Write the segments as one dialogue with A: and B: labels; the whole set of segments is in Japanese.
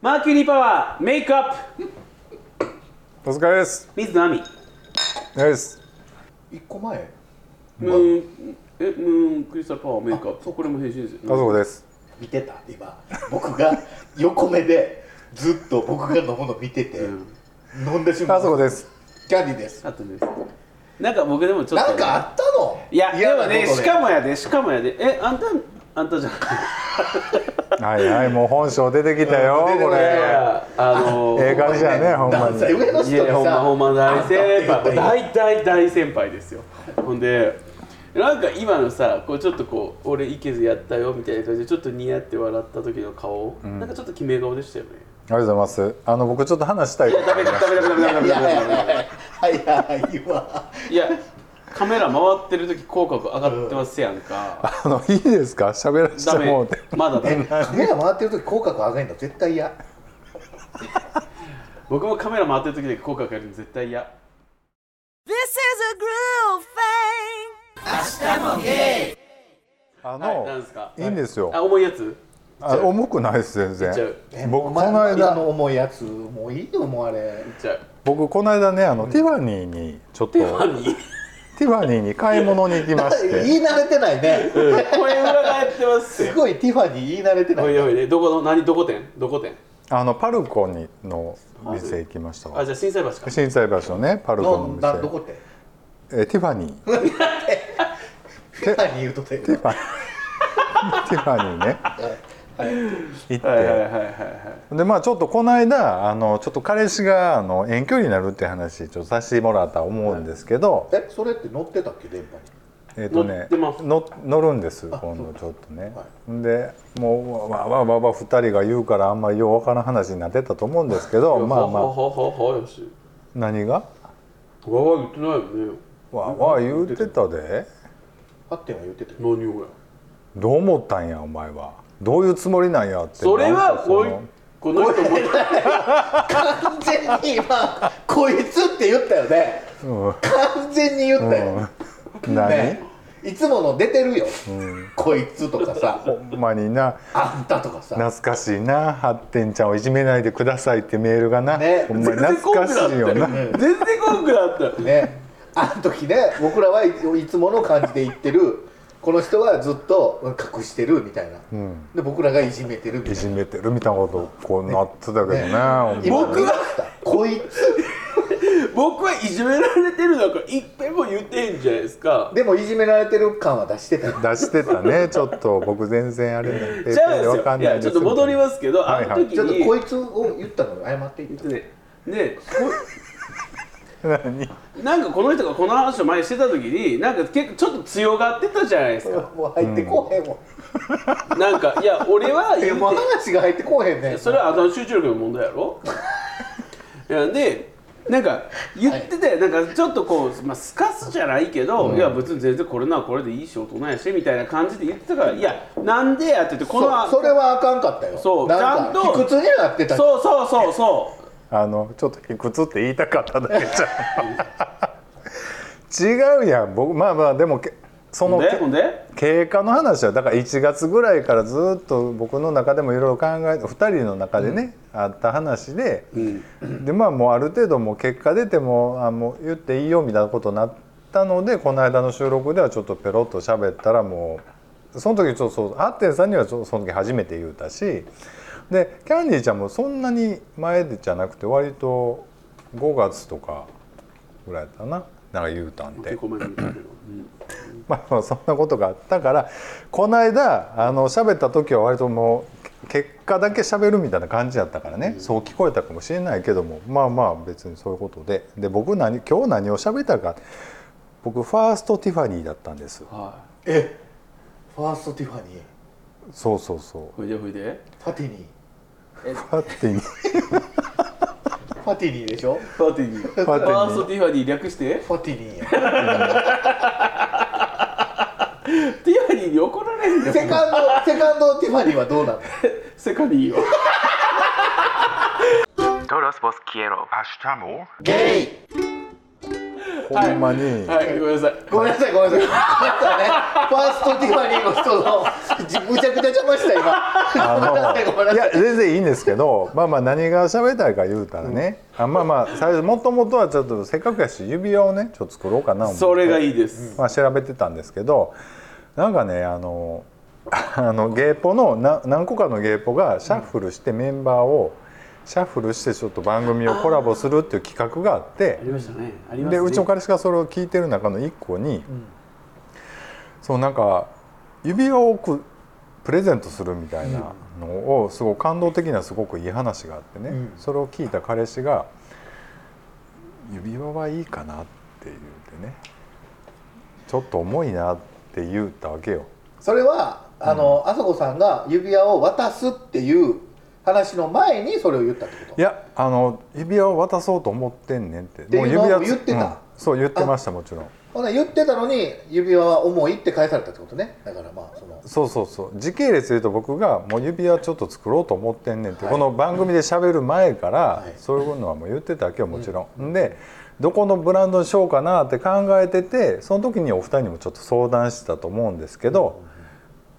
A: マーキュリーパワーメイクアップ
B: お疲れです。
A: 水野亜美
B: です。
C: 一個前
A: ムーンえムーンクリスタルパワーメイクアップこれも編集です
B: あ
A: よ
B: そこです。
C: 見てた今僕が横目でずっと僕が飲むの見てて、飲んでしま
B: あ
C: う
B: そこです。
C: キャディです
A: あとですなんか僕でもちょっと
C: なんかあったの
A: いやで
C: 嫌な
A: も
C: ことで
A: ねしかもやでしかもやでえあんたあんたじゃん
B: はいはいもう本性出てきたよ
C: うん出て
B: こ
C: きた
B: れ。
A: あの
B: ええ感じやねほんま
C: 男性
B: に。
C: 上の
A: い
C: 人に
A: や
C: さ
A: ほんまほんま大先
C: あんたって
A: 輩
C: 言ったらいい
A: 大大大先輩ですよほんでなんか今のさこうちょっとこう俺いけずやったよみたいな感じでちょっとニヤって笑った時の顔、なんかちょっと決め顔でしたよね
B: ありがとうございます。あの僕ちょっと話したいこと
A: ダメダメダメダメダメ
C: い
A: ダ
C: や
A: メ
C: いや
A: ダ
C: い
A: メ
C: やいや早いわ
A: いやカメラ回ってる時口角上がってますやんか、
B: あのいいですか喋らせ
A: ダ
B: て
A: メ
B: もうて。
A: まだダ
C: え
A: メ
C: カメラ回ってる時口角上げんの絶対嫌
A: 僕もカメラ回ってる時だけ口角上がるの絶対嫌
D: This is a groove eh? thing.
A: は
B: あ
A: いな
B: の
A: んですか
B: いいんですよ。
A: あ重いやつ
B: あ重くないです全
A: いっちゃう
B: 然。僕こ
C: 前
B: の間
C: の重いやつもういいよもうあれ
A: じゃ
B: 僕この間ねあのティファニーにちょっとテ
A: あ何
B: ィファニーに買い物に行きまして。
C: 言 い慣れてないね
A: 声裏返ってます
C: す
A: よ
C: ごいティファニー言い慣れてな
A: お
C: い
A: いおいねどこの何どこ店どこ店
B: あのパルコにの店行きました
A: あ
B: わ。
A: じゃあ震災橋か
B: 震災橋のねパルコの
C: のな
B: 店
C: ど。こって
B: えティファニー。
C: ティファニー言うとったよ
B: ティファニーティファニーね行って、
A: はいはいはいはいはい
B: でまあちょっとこの間あのちょっと彼氏があの遠距離になるって話ちょっとさせてもらったと思うんですけど、
C: えそれって乗ってたっけ電波に
B: えっ、とね
A: 乗ってます
B: の乗るんです今度ちょっとね、
C: は
B: でもうわわわわ2人が言うからあんまりようわからん話になってたと思うんですけどまあ
A: は
B: まあ
A: はははよし
B: 何が
A: わわ言ってないよね
B: わわ言うてたで
C: ハッテンは言ってたよ
A: 何をや
B: どう思ったんやお前はどういうつもりなんやって
A: それ
B: なん
A: は
B: かそ
A: こい
B: の
A: この人も
C: 完全に今「こいつ」って言ったよね、完全に言ったよ、
B: 何、
C: ねいつもの出てるよ「こいつ」とかさ
B: ほんまにな
C: 「あんた」とかさ
B: 懐かしいな発展ちゃんをいじめないでくださいってメールがな、
C: ね
B: ほんま
A: 全
B: に
A: 然
B: 懐
A: こん
B: か
A: くな
B: しいよな
A: ったよ全然こんくなったよ
C: ねあの時ね僕らはいいつもの感じで言ってるこの人はずっと隠してるみたいな、で僕らがいじめてるみた
B: い
C: い
B: じ
C: な
B: めてるみたいなことこうなってたけどねほ
C: ね
B: んまに
C: 今僕が「こいつ
A: 僕はいじめられてるなんか一遍も言ってへんじゃないです」か
C: でもいじめられてる感は出してたよ
B: 出してたねちょっと僕全然あれなんで
A: じゃあです
B: わか
A: よ
B: ん
A: い
B: ない
A: や
B: です
A: ちょっと戻りますけどあ
B: はい
A: の
B: はい
A: 時
C: ちょっと「こ
A: に
C: いつ」を言ったのを謝っていい
A: ねね
B: 何
A: なんかこの人がこの話を前にしてた時になんか結構ちょっと強がってたじゃないです か
C: もう入ってこうへんもん、
A: なんかいや俺は
C: え
A: 言うて
C: もう話が入ってこうへんねん
A: それはあの集中力の問題やろいやでなんか言ってて、なんかちょっとこう、まあ、すかすじゃないけど、いや別に全然これならこれでいいし大人やしみたいな感じで言ってたからいやなんでやっててこの
C: そそれはあかんかったよ
A: そう
C: なん
A: ちゃ
C: か
A: んと
C: 卑屈になってたう
A: そうそうそうそう
B: あのちょっと卑屈って言いたかっただけじゃん 違うやん僕まあまあでもけそ
A: ほ
B: の
A: んでほんで
B: 経過の話はだから1月ぐらいからずっと僕の中でもいろいろ考えて2人の中でね、あった話で、でまあもうある程度もう結果出てもあもう言っていいよみたいなことになったのでこの間の収録ではちょっとペロッと喋ったらもうその時ちょっとそうハッテンさんにはちょその時初めて言うたしでキャンディーちゃんもそんなに前じゃなくて割と5月とかぐらいだったななんか言うたんで
A: 結。構前に言ったけど、
B: まあまあそんなことがあったからこの間あの喋った時は割ともうけ結果だけ喋るみたいな感じだったからね、そう聞こえたかもしれないけどもまあまあ別にそういうことでで僕何今日何を喋ったか僕ファーストティファニーだったんです
A: は
C: えファーストティファニー
B: そうそうそ
A: いほいでほいで
C: ファティニ
B: うファティ ニー
C: ーファティニーでしょ
A: パーティーファ
B: パーティーに
A: ーストティファニー略して
C: ファティニー や
A: ティファニーに怒られ んよ
C: セカンドセカンドティファニーはどうなの
A: セカニーよ
E: Todos vos quiero.
F: Hashtamo.
C: ゲイ
B: ほんまに、
A: はい、ごめんなさい。
C: ごめんなさいごめんなさい。ファーストティファニーの人のじむちゃくちゃ邪魔した今。ごめんな
B: あ
C: さいごめん
B: の
C: ないさ
B: や
C: い。
B: 全然いいんですけどまあまあ何が喋りたいか言うたらね、あまあまあ最初もともとはちょっとせっかくやし指輪をねちょっと作ろうかな思って
A: それがいいです。
B: まあ、調べてたんですけどなんかねあの あの芸ポのな何個かの芸ポがシャッフルしてメンバーをシャッフルしてちょっと番組をコラボするっていう企画があって
A: ありましたね。ありまし
B: で
A: たね。
B: うちの彼氏がそれを聞いてる中の1個に、そうなんか指輪をくプレゼントするみたいなのをすごい感動的なすごくいい話があってね、
C: うん
B: それを聞いた彼氏が「指輪はいいかな」って言ってね「ちょっと重いな」って言うたわけよ。
C: それはあの、あそこさんが指輪を渡すっていう話の前にそれを言ったってこと。
B: いやあの指輪を渡そうと思ってんねんって
C: ていうのを
B: 指輪
C: 言ってた
B: うんそう言ってましたもちろん
C: ほな言ってたのに指輪は重いって返されたってことね。だからまあその。
B: そうそうそう時系列で言うと僕がもう指輪ちょっと作ろうと思ってんねんって、
C: はい
B: この番組で喋る前から、
C: い
B: そういうのはもう言ってたわけよもちろん、でどこのブランドにしようかなって考えててその時にお二人にもちょっと相談してたと思うんですけど、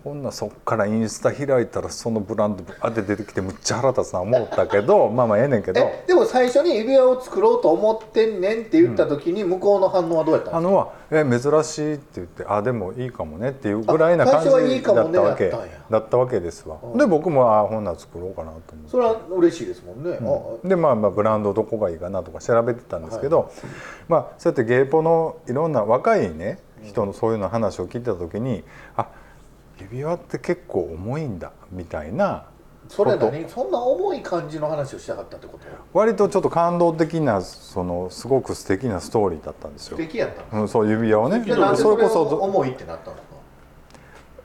B: こんなそっからインスタ開いたらそのブランドあって出てきてむっちゃ腹立つな思ったけ どまあまあええねんけど
C: えでも最初に指輪を作ろうと思ってんねんって言った時に向こうの反応はどうやった
B: あ
C: の？
B: のは「え珍しい」って言って「あでもいいかもね」っていうぐらいな
C: あ
B: 感じ
C: 最初はいいか
B: だ
C: も
B: っ
C: ね
B: たわけ
C: だったんや
B: だったわけですわ
C: うん
B: で僕も「あほんなら作ろうかな」と思って
C: それは嬉しいですもんね。あ
B: でまあまあブランドどこがいいかなとか調べてたんですけど、まあそうやって芸ポのいろんな若いね人のそういうの話を聞いてた時にあ指輪って結構重いんだみたいな
C: それ何そんな重い感じの話をしたかったってこと。
B: 割とちょっと感動的なそのすごく素敵なストーリーだったんです
C: 素
B: よ。
C: 敵やったの。
B: うん、そう指輪をね
C: じゃあなんで
B: そ
C: そ
B: れ
C: れ
B: こ
C: こそ
B: そ
C: 重いってなったのか。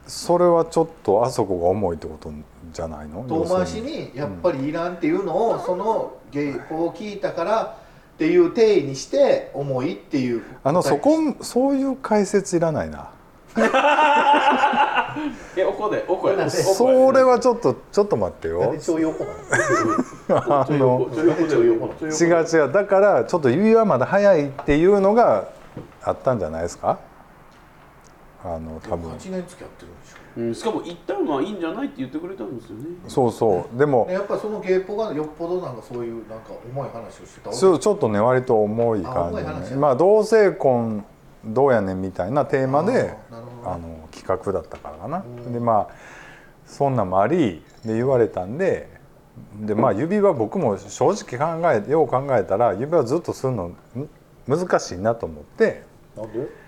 B: それはちょっとあそこが重いってことじゃないの
C: 遠
B: 要
C: 回
B: す
C: し
B: る
C: にやっぱりいらんっていうのをその芸法を聞いたからっていう定義にして重いっていう
B: あのそこそういう解説いらないな
A: え、おこで、おこや。おこや
B: それ。はちょっとちょっと待って
C: なん
B: よ
C: で超横な の
A: ちょい横、ちょい横、ちょい横、ちょい横
B: 違う違うだからちょっと指輪まだ早いっていうのがあったんじゃないですかあの多分
C: 8年付き合ってるんでし
A: うん、しかも、一旦はいいんじゃないって言ってくれたんですよね。
B: そうそうで
C: ょね
B: も
C: やっぱりその芸法がよっぽどなんかそういうなんか重い話をしてた
B: そうちょっとね割と重い
C: あ
B: 感
C: 重い
B: じ
C: 話
B: でまあ同性婚どうやねんみたいなテーマ
C: あー
B: で
C: なるほど
B: あの企画だったからかなでまあそんなんもありで言われたんででまあ指輪僕も正直考えよう考えたら指輪ずっとするのん難しいなと思って。
C: なんで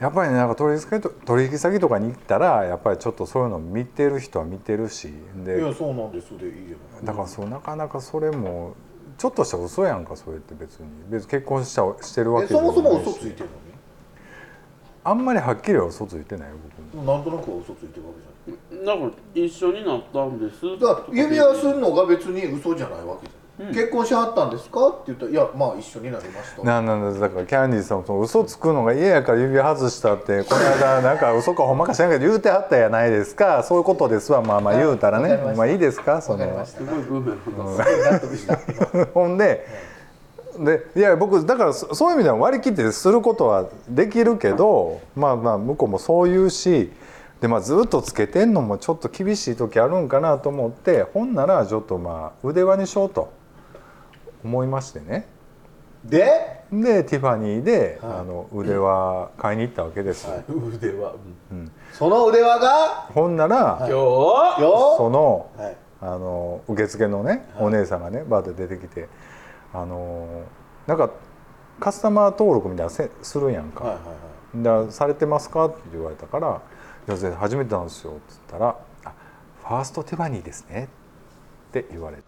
B: やっぱりねなんか取引先と取引先とかに行ったらやっぱりちょっとそういうの見てる人は見てるし
C: いや
B: で
C: そうなんですでいいよ
B: だからそうなかなかそれもちょっとした嘘やんかそれって別に別に結婚したしてるわ
C: え
B: け
C: そもそも
B: し
C: 嘘ついてる
B: あんまりはっきりは嘘ついてないよ僕も
C: のになんとなくは嘘ついてるわけじゃない
A: なんか、一緒になったんです。
C: だから指輪するのが別に嘘じゃないわけじゃん、結婚しはったんですかって言ったら「いやまあ一緒になりました」
B: なんなんだだからキャンディーさんもその嘘つくのが嫌やから指外したってこの間なんか嘘かほんまか知らんけど言うてはったやないですかそういうことですわまあまあ言うたらね
C: わかりました
B: まあいいですかそ
C: わかり
B: の
C: ました
A: すごいブーメランだった。
C: 納得した
B: ほんででいや僕だからそそういう意味では割り切ってすることはできるけどまあまあ向こうもそう言うしで、まあ、ずっとつけてんのもちょっと厳しい時あるんかなと思ってほんならちょっとまあ腕輪にしようと思いましてね
C: で
B: でティファニーで、
C: はい
B: あの腕輪買いに行ったわけです、
C: はい
A: 腕は。
C: その腕輪が
B: ほんなら、
A: 今日。
B: そ
C: よ
B: の
C: はい
B: あの受付のねお姉さんがねバーで出てきてあのなんかカスタマー登録みたいなのせするやんか
C: はいはい
B: 「だされてますか?」って言われたから「いや全然初めてなんですよ」って言ったらあ「ファーストティファニーですね」って言われて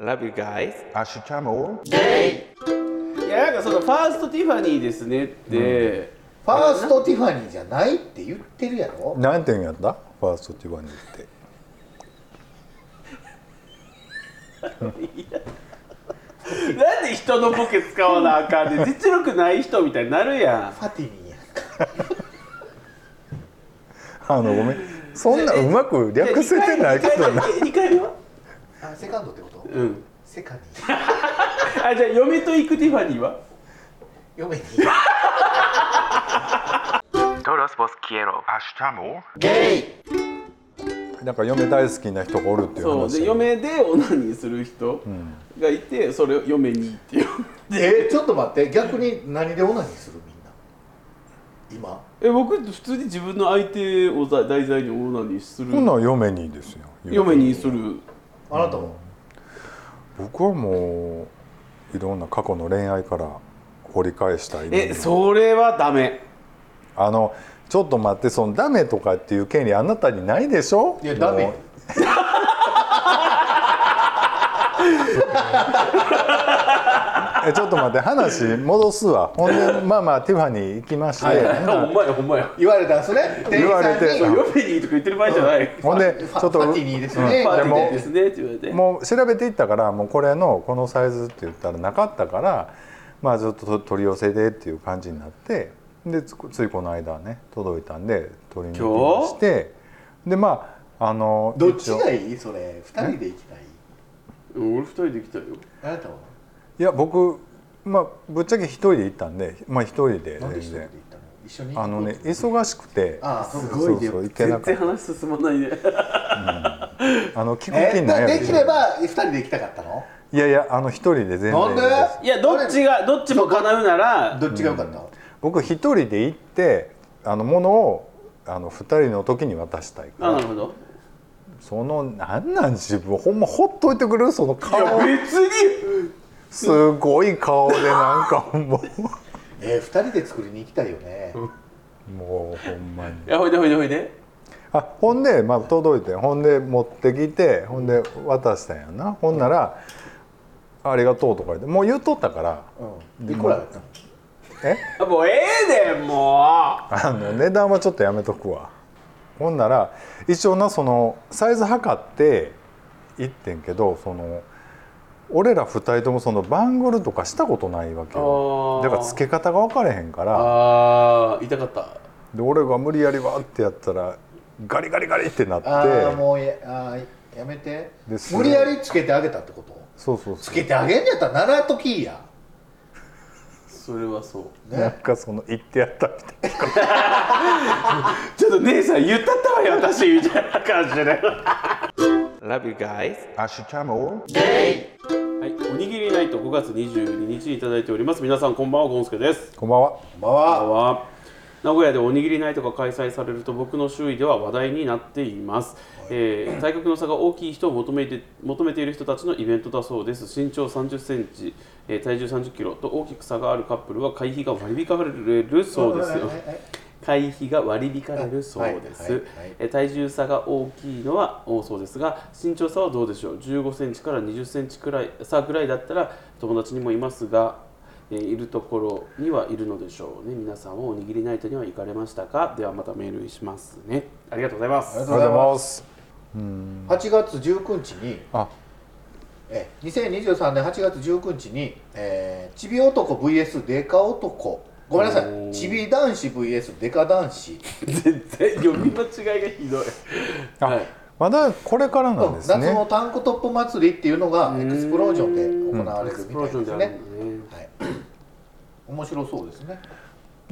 A: Love you guys。
B: 「アッシュチャム
A: いや、なんか、そのファーストティファニーですねって。
C: ファーストティファニーじゃないって言ってるやろ
B: 何て言うんやったファーストティファニーって
A: なんで人のボケ使わなあかんねん実力ない人みたいになるや
C: ファティミーやんか
B: あのごめんそんなうまく
A: ん。
B: 略せてないことない
A: い。二回目は。
C: あセカンドってこと
A: うん。
C: セカニー
A: あ、じゃあ嫁と行くティファニーは
C: 嫁に
E: Todos vos quiero.
C: ゲイ
B: なんか嫁大好きな人がおるっていう
A: そう
B: 話
A: で嫁でオナニーする人がいてそれを嫁にっていう
C: えちょっと待って逆に何でオナニーするみんな今
A: え僕普通に自分の相手をざ題材にオナニーする
B: 今度は嫁にですよ
A: 嫁にする
C: あなたも、
B: 僕はもういろんな過去の恋愛から掘り返したい
A: えそれはダメ
B: あのちょっと待ってそのダメとかっていう権利あなたにないでしょ
C: いやダメ
B: も
C: よ
B: うえちょっと待って話戻すわほん でまあまあティファニー行きまして、
A: ほんまやほんまや
C: 言われたんすね店員
B: 言われ
C: さん
B: て
C: に
B: そう
A: 嫁にとか言ってる場合じゃない
B: ほんで
C: フ
B: ちょ
C: ァ
B: っと
C: ファティニーですね、
A: パー
C: で
A: ティー
C: も
A: ですねって言われて
B: もう調べていったからもうこれのこのサイズって言ったらなかったからまあちょっとと取り寄せでっていう感じになってでつついこの間ね届いたんで取りに行きましてでまああの
C: どっち
B: 一応
C: がいいそれ二人で行きたい
A: うん俺二人で来たよ
C: あなたはい
B: や僕まあぶっちゃけ一人で行ったんでまあ一人で
C: なんで一
B: 全
C: 人で行
B: 然
C: ったの一緒に
B: あのね忙しくて
C: ああす
B: そう
C: ごい
B: そう
C: よ
B: 行けな
A: 全
B: かっ
A: 然話進まないね
B: たあの聞く
C: え
B: 気ない
C: で
B: やろ
C: できれば二人で行きたかったの
B: いやいやあの一人で全然
C: なんで
A: いやどっちがどっちも叶うなら
C: どっちが良かった、
B: 僕一人で行ってあのものをあの二人の時に渡したいから
A: あなるほど
B: そのなんなん自分ほんまほっといてくれるその
A: いや
B: 顔
A: 別に
B: すごい顔でなんかほんま
C: えー、二人で作りに行きたいよね、
B: もうほんまに
A: いやほいでほいでほいで
B: あほんでまあ届いてほんで持ってきてほんで渡したんやなほんなら「ありがとう」とか言ってもう言っとったから
C: うん、いくらだったの
B: え
A: あもうええでもう
B: あの値段はちょっとやめとくわほんなら一応なそのサイズ測って行ってんけどその俺ら二人ともそのバングルとかしたことないわけよ
A: あー
B: だから付け方が分かれへんから
A: あー痛かった
B: で俺が無理やりわーってやったらガリガリガリってなって
C: ああもうやあーやめて
B: です
C: 無理やりつけてあげたってこと
B: そうそう
C: つ
B: そ
C: けてあげんやったら習っときや
A: それはそう
B: うなんかその行ってやったみたいな
A: ちょっと姉さん言ったったわよ私みたいな感じで Love you guys はい、おにぎりナイト5月22日にいただいております皆さんこんばんはゴンスケです
B: こんばんは
C: まあ
A: は名古屋でおにぎりナイトが開催されると僕の周囲では話題になっています、えー体格の差が大きい人を求めて求めている人たちのイベントだそうです身長3 0センチ、えー体重3 0キロと大きく差があるカップルは会費が割り引かれるそうです よ会費が割り引かれるそうで
C: はい
A: す
C: はいはい
A: えー体重差が大きいのは多そうですが身長差はどうでしょう1 5センチから2 0センチくらい差ぐらいだったら友達にもいますが、えーいるところにはいるのでしょうね皆さんはおにぎりナイトには行かれましたかではまたメールしますねありがとうございま
C: あり
A: す
C: が
B: お
C: と
B: はようご
C: うござい
B: ざい
C: ま
B: ます
C: す8月19日に
B: あ
C: え2023年8月19日に、えーちび男 VS デカ男ごめんなさいちび男子 VS デカ男子
A: 全然読み間違いがひどい
B: あ、
A: はい
B: まだこれからなんです
C: 夏
B: ね
C: のタンクトップ祭りっていうのがエクスプロージョンで行われるみたいです
A: ある、
C: ね
A: んだね
C: はい、面白そうですね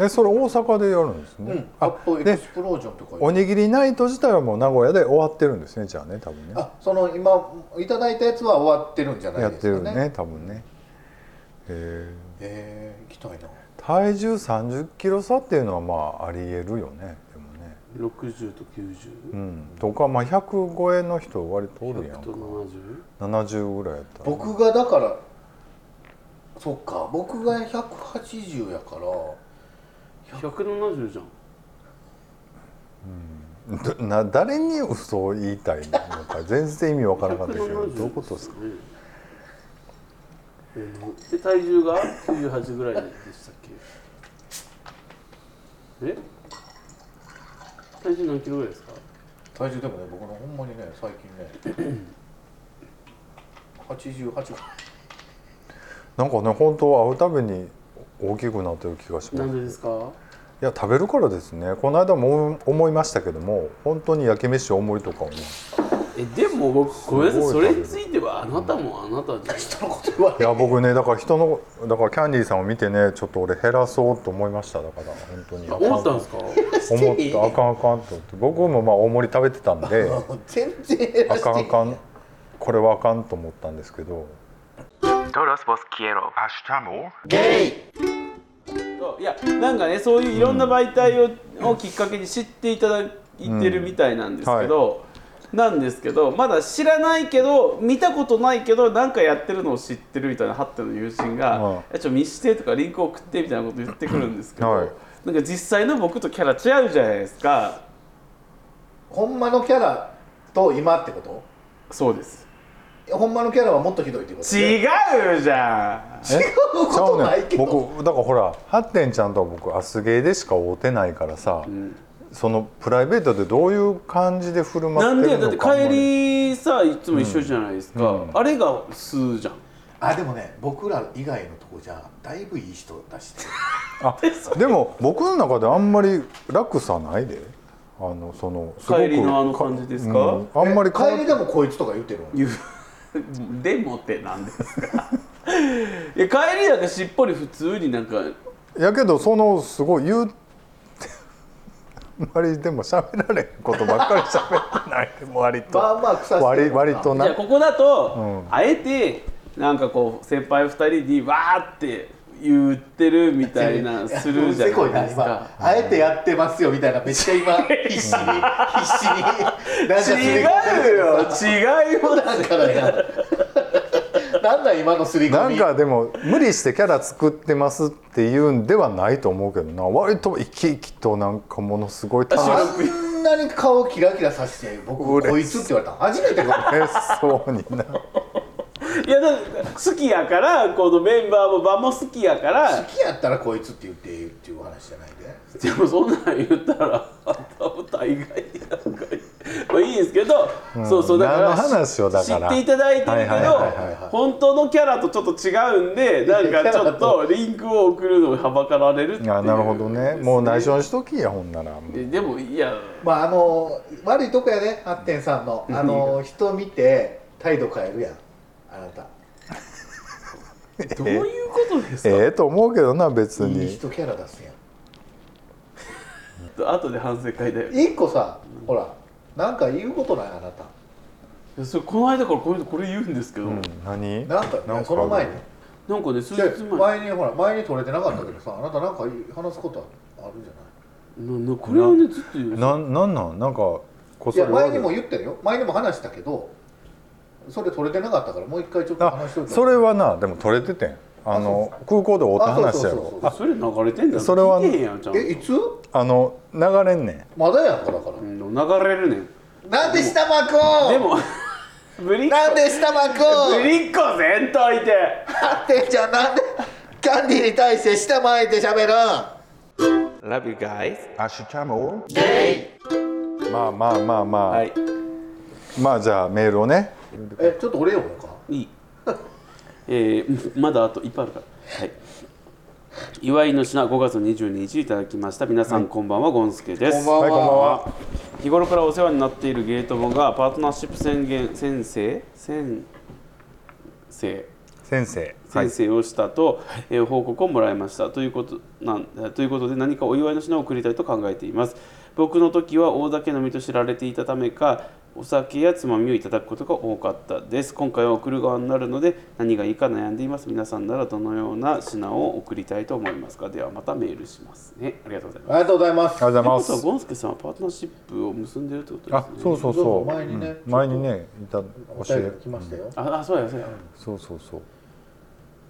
B: えそれ大阪でやるんですね、
C: うん、
B: あ
C: 八方エク
B: で
C: スプロージョンとかいう
B: おにぎりナイト自体はもう名古屋で終わってるんですねじゃあね多分ね
C: あその今いただいたやつは終わってるんじゃな
B: や
C: い
B: っ
C: で
B: て
C: す
B: る
C: かね
B: ね多分ねえ
C: えー、行きたいな
B: ー体重3 0キロ差っていうのはまあありえるよねでもね
A: 60と90、
B: うんとかまあ100超えの人割とおるやん
A: と70
B: 70ぐらいやったら
C: 僕がだからそっか僕が180やから
A: 170じゃん
B: どな誰に嘘を言いたいのか全然意味わからなかったですけど
A: 170
B: どういうことですか
A: ねえーので体重が98ぐらいでしたっけえ体重何キロぐらいですか
C: 体重でもね僕のほんまにね最近ね 88ぐらい
B: なんかね本当会うたびに大きくなってる気がしま
A: なん
B: す
A: でですか
B: いや食べるからですねこの間も思いましたけども本当に焼き飯大盛りとかをね
A: えでも僕ごめんなさい
B: す
A: そ
B: ごい
A: れ
B: 食べ
A: に
B: る
A: ついてはあなたもあなたじゃない
C: 人のこと言わ
B: い
C: れ
B: や僕ねだから人のだからキャンディーさんを見てねちょっと俺減らそうと思いましただから本当に
A: 思ったん
B: あ
A: ですか
B: かん思ったあかんあかんと思って僕もまあ大盛り食べてたんで
C: 全然減
B: あ
C: らして
B: かんあかんこれはあかんと思ったんですけど
E: Todos vos quiero. Hashtamo.
C: ゲイ
A: そういやなんかねそういういろんな媒体を,、をきっかけに知っていただいてるみたいなんですけど、なんですけどまだ知らないけど見たことないけどなんかやってるのを知ってるみたいなハッテの友人
B: うん
A: が「えちょ見して」とか「リンク送って」みたいなこと言ってくるんですけど、
B: はい
A: なんか実際の僕とキャラ違うじゃないですか
C: ほんまのキャラと今ってこと
A: そうです
C: えほんまのキャラはもっとひどいってこと
A: 違うじゃん
B: え
C: うこと
B: ちゃうねん
C: ないけど
B: 僕だからほらハッテンちゃんとは僕アスゲーでしか会うてないからさ、そのプライベートでどういう感じで振る舞
A: なん
B: って
A: で
B: る
A: だっ
B: の
A: て
B: か
A: 帰りさいつも一緒じゃないですか、あれが素じゃん
C: あでもね僕ら以外のとこじゃだいぶいい人 出してる
B: あでも僕の中であんまり落差ないであのそのす
A: 帰りのあの感じですか
B: うんあんまり変わっ
C: え帰りでもこいつとか言ってるの
A: 言うでもってなんですかいや帰りなんかしっぽり普通になんか
B: やけどそのすごい言うって あんまりでも喋られんことばっかり喋ってないでも割と
C: まあまあ草して
B: 割
C: るもんな
B: 割と
A: じゃあ
B: な
A: ここだと、
B: う
A: あえてなんかこう先輩2人にわーって言ってるみたいなするじゃないですか
C: や。せこいな今あえてやってますよみたいなめっちゃ今必死に必死になんかすり
A: 違
C: 込んで
A: う
C: る
A: よ違います
C: だからやなんだ今のすり
B: な
C: 込
B: ん
C: み
B: かでも無理してキャラ作ってますっていうんではないと思うけどな割と生き生きとなんかものすごい楽し
C: あんなに顔キラキラさせて僕
B: うれ
C: こいつって言われたの初めてかも
B: そうにない
A: やだから好きやからこのメンバーも場も好きやから
C: 好きやったらこいつって言っていいっていう話じゃないで
A: でもそんなん言ったら多分大概なんかまあいいんですけど、そうそうだから
B: 何の話をだから
A: 知っていただいてるけど、
B: はいはいはい
C: はいはい
A: 本当のキャラとちょっと違うんでなんかちょっ とリンクを送るのをはばかられるっていう
B: あなるほどねもう内緒にしときやほんならもう
A: ででもいや
C: まああの悪いとこやねハッテンさんのあの人見て態度変えるやんあなた
A: どういうことですか、
B: ええと思うけどな別
C: いい
B: に
C: 人キャラ出すやん
A: 後で反省会だよ
C: 一個さほらなんか言うことないあなた
A: いやそれこの間からこれこれ言うんですけど、
B: うん何
C: なんか
B: なんか
C: その前に
A: なんかね数
C: 違
A: 日
C: う
A: 前
C: 前にほら前に取れてなかったけどさあなたなんか話すことあるんじゃな
A: ななこれはねずっと言う
B: なんなんなんなんかこっ
C: いい
B: そ
C: や
B: り
C: 前にも言ってるよ前にも話したけどそれ取れてなかったからもう一回ちょっと
B: あ
C: 話しといて
B: それはなでも取れててんあの空港で会った話や
C: あそうそうそ
B: ろ
C: うそう
A: それ流れてんだ
B: それは
A: 聞いてへんやんちゃんと
C: えいつ
B: あの流れんねん
C: まだやんかだか
A: うん流れるねん
C: らなんで下巻こう
A: で もブリッ
C: なんで下巻こ
A: ぶ
C: う
A: りっ子せんといて
C: ハッテンちゃんなんでキャンディーに対して下巻いて喋るん
A: Love you guys
E: Hashtamo.
B: まあまあまあまあ、
A: はい
B: まあじゃあメールをね
C: えちょっと俺読もうか
A: いいえー まだあといっぱいあるからはい祝いの品5月22日いただきました皆さん、こんばんはゴンスケです
B: ははいこんばんは
A: 日頃からお世話になっているゲートボがパートナーシップ宣言先生先生
B: 先生
A: 先生をしたと、えー報告をもらいましたということなんえーということで何かお祝いの品を贈りたいと考えています僕の時は大酒飲みと知られていたためかお酒やつまみをいただくことが多かったです今回は贈る側になるので何がいいか悩んでいます皆さんならどのような品を贈りたいと思いますかではまたメールしますねありがとうございます
C: ありがとうございます
B: あり
A: とい
B: がとう
A: うこ
B: ご
A: と
B: ざい
A: は
B: ます
A: ゴンスケさんはパートナーシップを結んでいるということです
B: あ
A: ね
B: そうそう
C: そう
B: そ
C: そうう前にね
B: うん前にねいた教
C: お便りが
B: え
C: 来ましたよ、
A: ああそうやそうや、
B: そうそうそう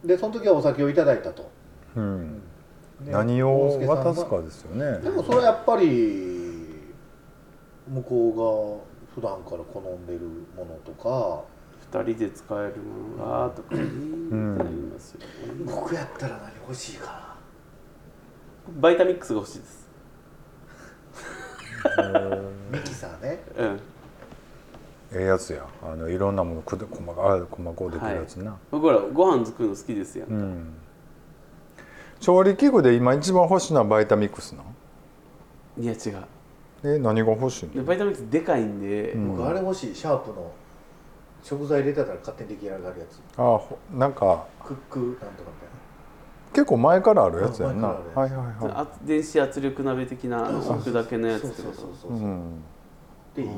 C: でその時はお酒をいただいたと
B: うん
C: で
B: 何を
C: 大
B: 渡
C: 輔さ
B: す
C: んが
B: かですよね
C: でもそれはやっぱり向こうが普段から好んでるものとか
A: 二人で使えるものがとかね、なりますよね
C: 僕やったら何欲しいか
A: バイタミックスが欲しいです
C: なミキサーね
A: うん
B: ええやつやあのいろんなものくで細かあ細かうできるやつな、
A: 僕らご飯作るの好きですやん、
B: うん調理器具で今一番欲しいのはバイタミックスなん
A: いや違う
B: え何が欲しい
A: で
B: の
A: バイタミックスでかいんで、
C: 僕あれ欲しいシャープの食材入れてたら勝手に出来上がるやつ
B: あほなんか
C: クックなんとかみたいな
B: 結構前からあるやつやんな
C: う
B: は
C: ん前
B: い
C: からあ
B: は
C: る
B: いは
A: あ電子圧力鍋的な置くだけのやつ
C: そ
A: っ
C: う
A: て
C: そ
A: こ
C: うそう
A: と
C: そう
B: い、う
C: そう、
B: ん、
C: でいいよ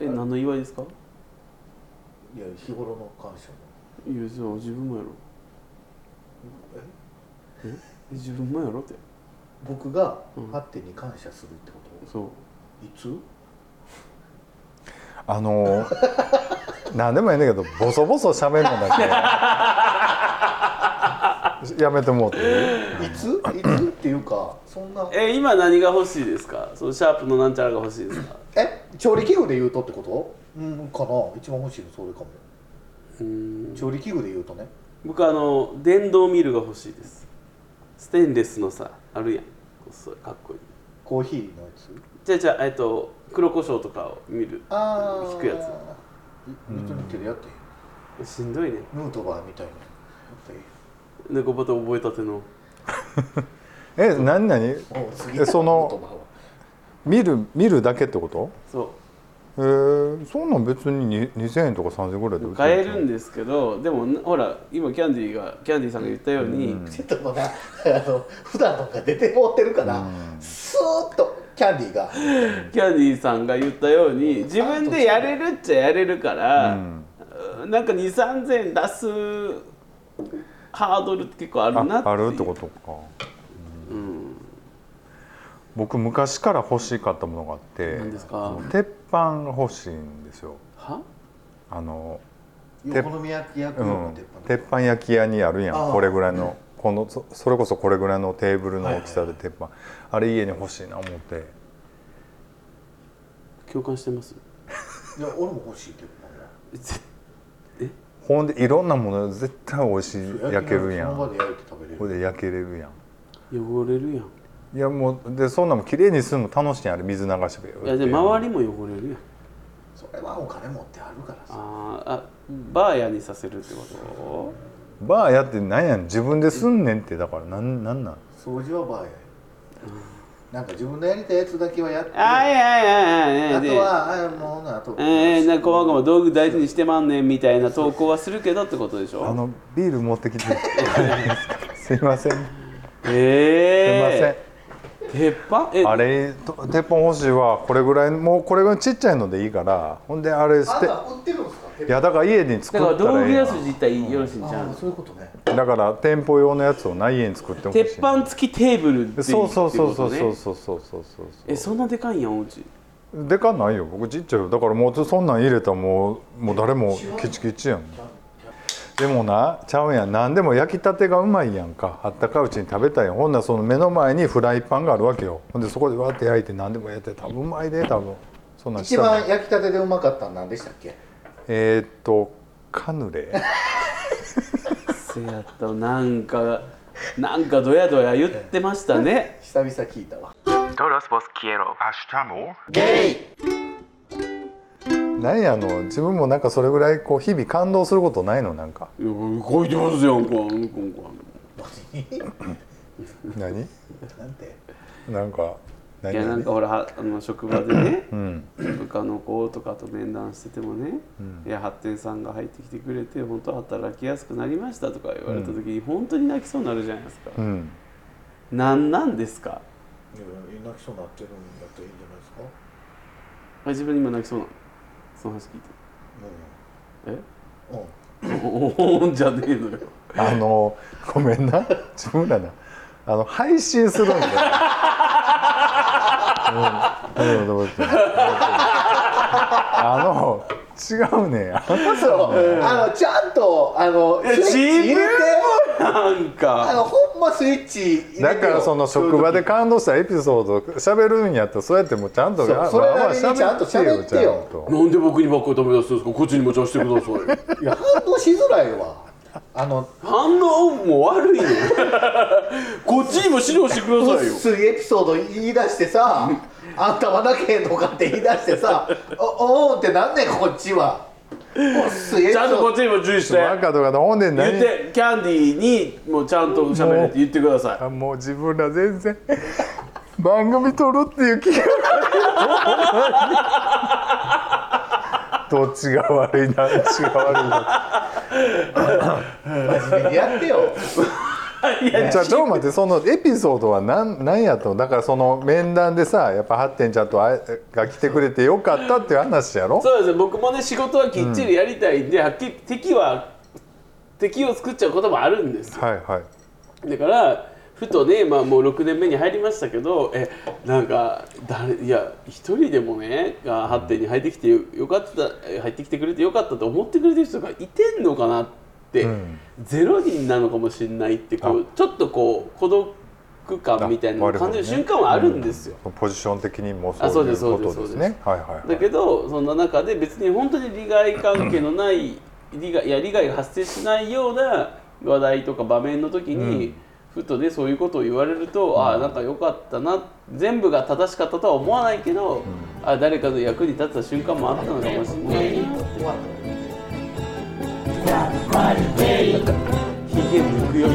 A: え何の祝いですか
C: いや日頃の感謝
A: いやじゃあ自分もやろえ自分もやろって
C: の僕が
A: うん
C: ハッテに感謝するってこと、
A: そう
C: いつ
B: あの ーなんでもいいんだけどボソボソ喋るのだ けやめてもうて
C: いついつっていうかそんな
A: え今何が欲しいですかそのシャープのなんちゃらが欲しいですか
C: え調理器具で言うとってことうんかな一番欲しいのそれかも
A: うん
C: 調理器具で言うとね
A: 僕あの電動ミルが欲しいですステンレスのさあるやんそれかっこいい
C: コーヒーのやつ
A: じゃあじゃあえっと黒胡椒とかを見る
C: あ
A: 引くや
C: つ別に手でやっていい
A: しんどいね
C: ヌートバーみたいなやっていい
A: 猫バタ覚えたての
B: え何何
C: おう次
B: えその
C: ヌートバーは
B: 見る見るだけってこと
A: そう
B: えー、そんなん別にに2000円とか3000円ぐらいで売
A: 買えるん
B: で
A: ですけどでもなほら今キャンディーがキャンディーさんが言ったように、
C: ちょっとまだあの普段のが出てもってるから、スーッとキャンディーが
A: キャンディーさんが言ったように自分でやれるっちゃやれるから、なんか2 3 0 0 0出すハードルって結構あるなってい
B: あ
A: う
B: あるってことか、うん僕昔から欲しかったものがあって
A: 何ですか
B: 鉄板が欲しいんですよ
A: は
B: あの
C: お好み焼き焼く
B: う
C: の
B: ん
C: ってや
B: 鉄
C: っ、ぱ
B: 板焼き屋にあるや
C: あ
B: ん
C: あ
B: これぐらいのこのそそれこそこれぐらいのテーブルの大きさで鉄板、あれ家に欲しいな思って
A: 共感してます
C: いや俺も欲しいけどな
A: 絶
B: ほんでいろんなもの絶対美味しい焼けるや
C: その場
B: ん
C: で焼いて食べれ
B: こ
C: る
B: れで焼けれるやん
A: 汚れるやん
B: いやもうでそんなんも綺麗にするの楽しいやんあれ水流しで
A: いやで周りも汚れるやん
C: それはお金持ってあるからさ
A: あーあバーヤにさせるってこ
B: バーやってなんやん自分ですんねんってだからなんなんなん
C: 掃除はバーや、なんか自分のやりたいやつだけはやって
A: とあいやいやいやい
C: あ
A: や
C: と
A: で
C: はあもうなあと
A: えー、なんかこまごま道具大事にしてまんねんみたいな投稿はするけどってことでし
B: あ
A: ょ
B: のビール持ってき てすいませんすいません、
A: ええー、鉄板え
B: あれと鉄板欲しいはこれぐらいもうこれぐらいちっちゃいのでいいからほんであれ捨
C: あ
B: て
C: んた売ってるんですか
B: いやだから家に作
A: だ
B: っ
A: から
B: た
A: 道
B: ら
A: 具
B: いい
A: 屋筋
B: な
A: 自体よろしいんじゃ
C: ああ
A: ん
C: そういうことね
B: だから店舗用のやつをない家に作ってほしい
A: 鉄板付きテーブルっていって
B: そうそうそうそ
A: こと
B: う
A: ね
B: そうそうそうそうそう
A: えそんなでかいんやんおうち
B: でかないよ僕ちっちゃいよだからもうそんなん入れたらもうもう誰もケチケチやんでもなちゃうやん何でも焼きたてがうまいやんかあったかいうちに食べたいやんほんならその目の前にフライパンがあるわけよほんでそこでわーって焼いて何でもやって多分うまいで多分そんなん
C: 一
B: したら
C: 番焼きたてでうまかったの何でしたっけ
B: えー、っとカヌレ
A: せやったなんかなんかドヤドヤ言ってましたね
C: 久々聞いたわ
E: Todos vos quiero. Hasta amor.
C: ゲイ
B: なんやあの自分もなんかそれぐらいこう日々感動することないのなんか
A: いや書いてますよんかうんこんこ
B: 何
C: なんて
B: なんか
A: い
B: 何
A: やなん
B: 々
A: かほらはあの職場でね、部下の子とかと面談しててもね、いや発展さんが入ってきてくれて本当働きやすくなりましたとか言われた時に、本当に泣きそうになるじゃないですか、
B: うん
A: なんなんですか
C: いや泣きそうになってるんだったらいいんじゃないですか
A: あ自分今泣きそうなのその話聞いてえ
C: うんうん
A: おおんじゃねえのよ
B: あのごめんな自分らなあの配信するんだよ。うんどうぞどうぞあの違う ねんあの
C: そう、あのちゃんとあのスイッ
A: 自
C: チ入れて
A: 分もなん
C: あ
A: か
C: のほんまスイッチ入れてよ
B: だからその職場で感動したエピソード喋るんやったらそうやってもうちゃんと
C: そう
B: あ
C: それなりに
B: まあまあ
C: ちゃんと喋ってよ
B: ちゃんと
A: なんで僕にばっかり食べ出すんですかこっちにもちゃしてください
C: いや反応しづらいわあの
A: 反応も悪いよこっちにも指導してくださいよ
C: 薄いエピソード言い出してさあんたは泣けへんのかって言い出してさ おおーんってなんねんこっちは薄いエピ
A: ちゃんとこ
C: ソ
A: っ
C: ー
A: ちにも注意して
B: バカとかのほんで
A: 言っ
B: 何
A: てキャンディーにもうちゃんと喋れって言ってくださ
B: あもう自分ら全然 番組撮るっていう気が どっちが悪いなどっちが悪いな
C: 真面目にやってよ
A: いや
B: じゃあどう待ってそのエピソードは何何やとだからその面談でさやっぱハッテンちゃんとあが来てくれてよかったっていう話やろ
A: そうですね僕もね仕事はきっちりやりたいんで、はっきり敵は敵を作っちゃうこともあるんですよ
B: はいはい
A: だからふとね、まあ、もう6年目に入りましたけどえなんか誰いや一人でもねが発展に入ってきてよよかったえ入ってきてくれてよかったと思ってくれてる人がいてんのかなって、
B: うん
A: ゼロ人なのかもしれないってこうちょっとこう孤独感みたいなのを感じる瞬間はあるんですよ。
B: ポジション的にも
A: あそ
B: そううい
A: で
B: う
A: すそう
B: こ
A: です
B: とですねはいはいはい
A: だけどそんな中で別に本当に利害関係のない 利害いや利害が発生しないような話題とか場面の時に、ふとねそういうことを言われると、ああなんか良かったな全部が正しかったとは思わないけど、あ誰かの役に立った瞬間もあったのかもしれないなって。ひげ抜くよ